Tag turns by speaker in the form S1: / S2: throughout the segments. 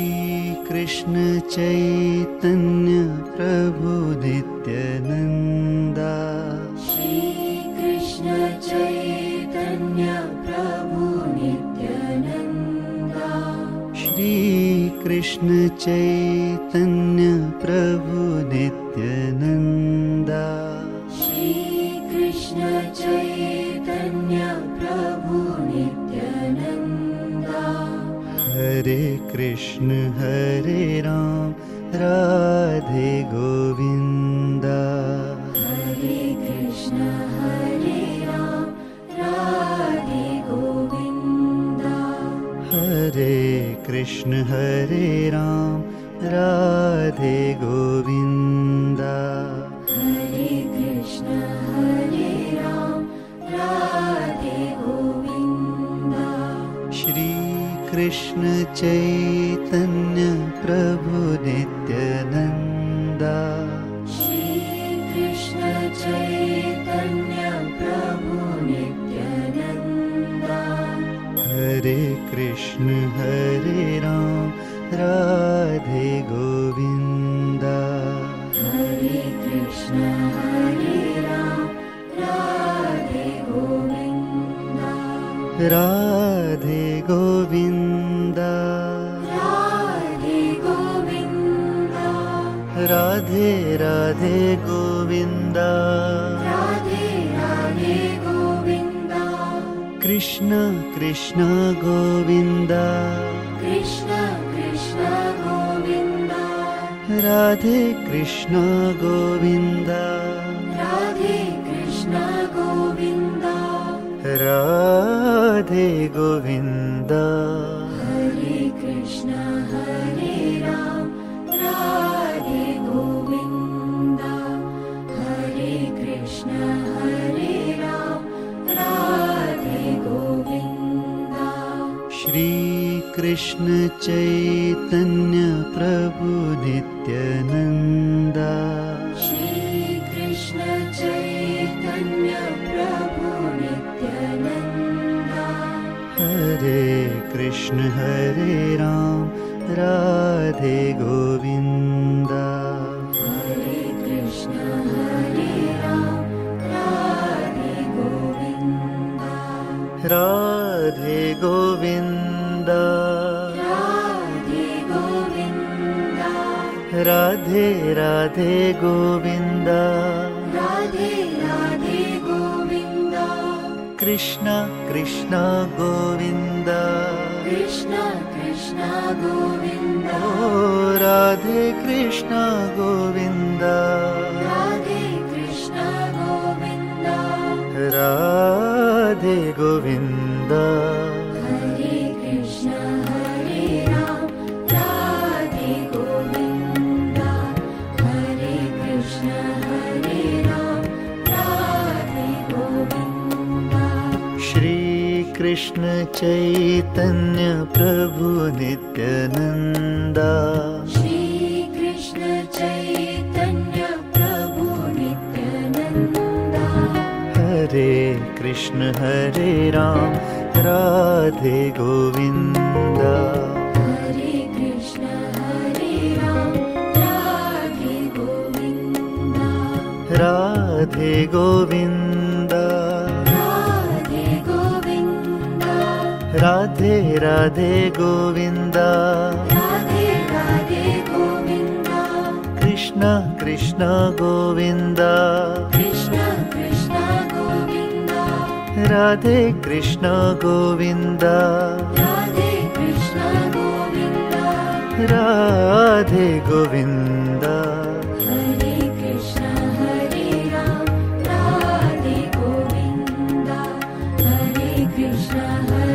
S1: श्रीकृष्ण चैतन्य प्रभु नित्यानन्दा
S2: श्रीकृष्ण चैतन्य प्रभु नित्यानन्दा
S1: श्रीकृष्ण चैतन्य प्रभु नित्यानन्दा
S2: श्रीकृष्ण चैतन्य प्रभु नित्यानन्दा
S1: हरे कृष्ण हरे राम राधे गोविन्दा
S2: हरे कृष्ण हरे राम राधे गोविन्दा
S1: हरे कृष्ण हरे राम राधे गोविन्दा
S2: हरे कृष्ण हरे राम राधे गोविन्दा
S1: श्रीकृष्ण चैतन्य प्रभु नित्यानन्दा
S2: श्रीकृष्ण चैतन्य प्रभु नित्यानन्दा
S1: हरे कृष्ण हरे राम राधे गोविन्दा
S2: हरे कृष्ण हरे राम राधे गोविन्दा
S1: राधे गोविन्दा
S2: राधे गोविन्दा
S1: राधे राधे गोविन्दा
S2: राधे राधे गोविन्दा
S1: कृष्ण कृष्ण गोविन्दा
S2: कृष्ण कृष्ण गोविन्दा
S1: राधे कृष्ण गोविन्दा
S2: राधे कृष्ण गोविन्दा
S1: राधे गोविन्दा
S2: हरे कृष्ण हरे राम राधे गोविन्दा हरे कृष्ण हरे राम राधे गोविन्दा
S1: श्रीकृष्ण चैतन्य प्रभु नित्यानन्दा
S2: श्रीकृष्ण चैतन्य प्रभु नित्यानन्दा
S1: हरे कृष्ण हरे राम राधे गोविन्दा
S2: हरे कृष्ण हरे राम राधे गोविन्दा
S1: राधे गोविन्दा
S2: राधे गोविन्दा
S1: राधे राधे गोविन्दा
S2: राधे राधे गोविन्दा
S1: कृष्ण कृष्ण गोविन्दा
S2: कृष्ण कृष्ण गोविन्दा
S1: ओ राधे कृष्ण गोविन्दा
S2: राधे कृष्ण गोविन्दा
S1: राधे गोविन्दा
S2: हरे कृष्ण हरे राम राधे गोविन्दा हरे कृष्ण हरे राम राधे गोविन्दा
S1: श्रीकृष्ण चैतन्य प्रभु नित्यानन्दा
S2: श्रीकृष्ण चैतन्य प्रभु नित्यानन्दा
S1: हरे कृष्ण हरे राम राधे गोविन्दा
S2: हरे कृष्ण हरे राम राधे गोविन्दा
S1: राधे गोविन्दा
S2: राधे गोविन्दा
S1: राधे राधे गोविन्दा
S2: राधे राधे गोविन्दा
S1: कृष्ण कृष्ण गोविन्दा
S2: कृष्ण कृष्ण गोविन्दा
S1: राधे कृष्ण गोविन्दा
S2: राधे कृष्ण गोविन्दा
S1: राधे गोविन्दा
S2: हरे कृष्ण हरे राम राधे गोविन्दा हरे कृष्ण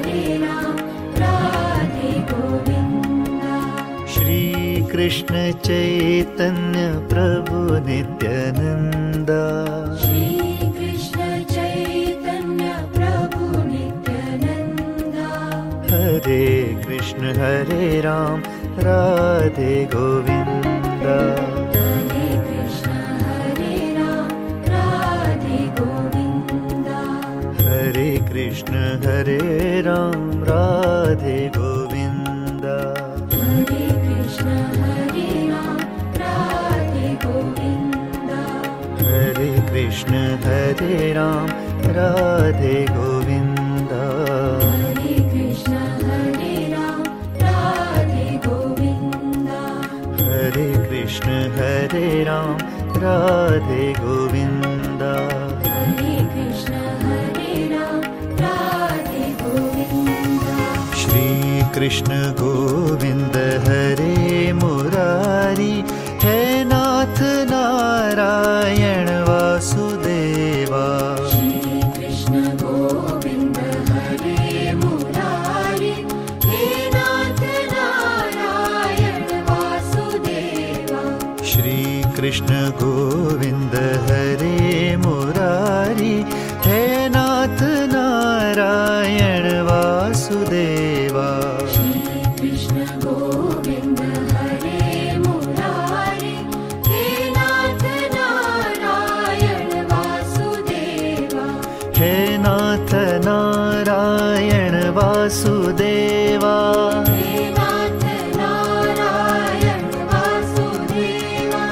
S2: हरे राम राधे गोविन्दा
S1: श्रीकृष्ण चैतन्य प्रभु नित्यानन्दा
S2: श्रीकृष्ण चैतन्य प्रभु नित्यानन्दा
S1: हरे कृष्ण हरे राम राधे गोविन्द
S2: हरे कृष्ण हरे राम राधे गोविन्दा
S1: हरे कृष्ण हरे राम राधे गोविन्द
S2: हरे कृष्ण हरे राम राधे गोविन्दा
S1: हरे कृष्ण हरे राम राधे गोविन्द
S2: हरे कृष्ण हरे राम राधे गोविन्दा
S1: हरे कृष्ण हरे राम राधे गोविन्द
S2: हरे कृष्ण हरे राम राधे गोविन्दा
S1: श्रीकृष्ण गोविन्द हरे मुरारी हे नाथ नारायण वासुदेवा
S2: श्रीकृष्ण गोविन्द हरे मुरारि हे नाथ नारायण वासुदेवा
S1: श्रीकृष्ण गोविन्द हरे मुरारी हे नाथ नारायण वासुदेवा
S2: श्रीकृष्ण गोविन्द हरे मुरारि हे नाथ नारायण वासुदेवा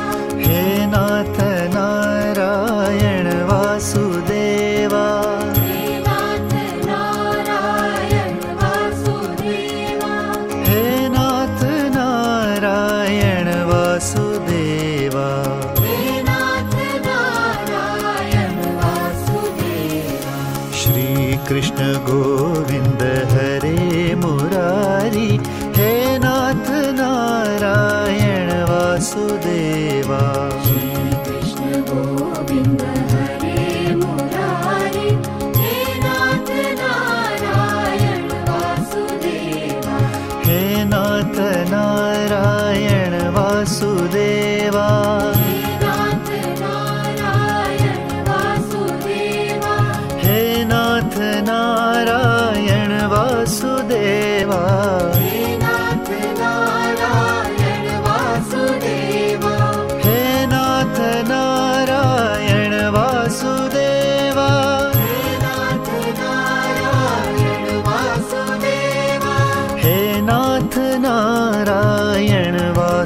S1: हे नाथ नारायण वासुदेवा
S2: हे नाथ नारायण वासुदेवा
S1: हे नाथ नारायण वासुदेवा
S2: हे नाथ नारायण वासुदेवा
S1: हे नाथ नारायण
S2: हे
S1: वासुदेवा
S2: नाथ नारायण वासुदेवा
S1: श्रीकृष्ण गोविन्द हरे मुरारी हे नाथ नारायण वासुदेवा
S2: श्रीकृष्ण गोविन्द हरे मुरारे हे नाथ नारायण वासुदेवा
S1: हे नाथ नारायण वासुदेवा
S2: हे नाथ नारायण वासुदेवा
S1: हे नाथ नारायण वासुदेवा
S2: हे नाथ नारायण वासुदेवा
S1: हे नाथ नारायण वासुदेवा
S2: हे नाथ नारायण वासुदेवा
S1: हे नाथ नारायण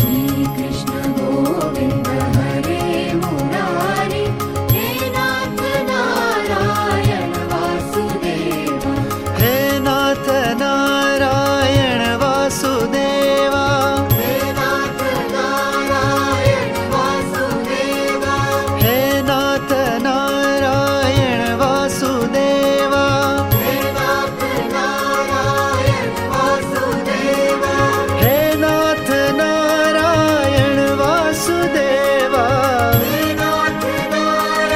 S2: श्रीकृष्ण गोविन्द हरे मुरारे हे नाथ नारायण वासुदेवा
S1: हे नाथ नारायण वासुदेवा
S2: हे नाथ नारायण वासुदेवा
S1: हे नाथ नारायण
S2: हे
S1: वासुदेवा
S2: नाथ नारायण वासुदेवा
S1: हे नाथ नारायण वासुदेवा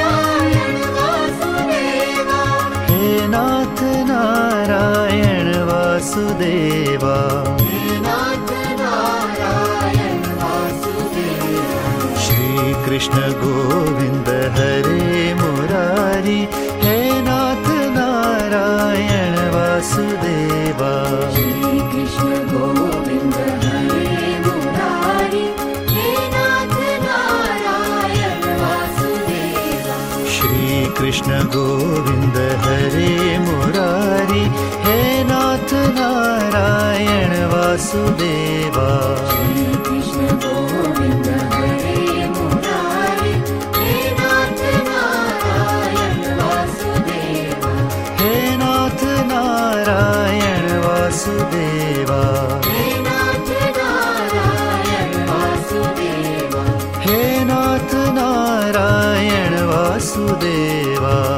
S2: हे नाथ नारायण वासुदेवा
S1: हे नाथ नारायण वासुदेवा
S2: हे नाथ नारायण वासुदेवा
S1: श्रीकृष्ण गोविन्द हरे मुरारी हे नाथ नारायण वासुदेवा
S2: श्रीकृष्ण गोविन्द हरे मुरारि हे नाथ नारायण वासुदेवा
S1: श्रीकृष्ण गोविन्द हरे मुरारी हे
S2: श्रीकृष्ण गोविन्द हरे मुरारि हे
S1: नाथ नारायण वासुदेवा
S2: नाथ नारायण वासुदेवा
S1: हे नाथ नारायण वासुदेवा
S2: हे नाथ नारायण वासुदेवा
S1: हे नाथ नारायण वासुदेवा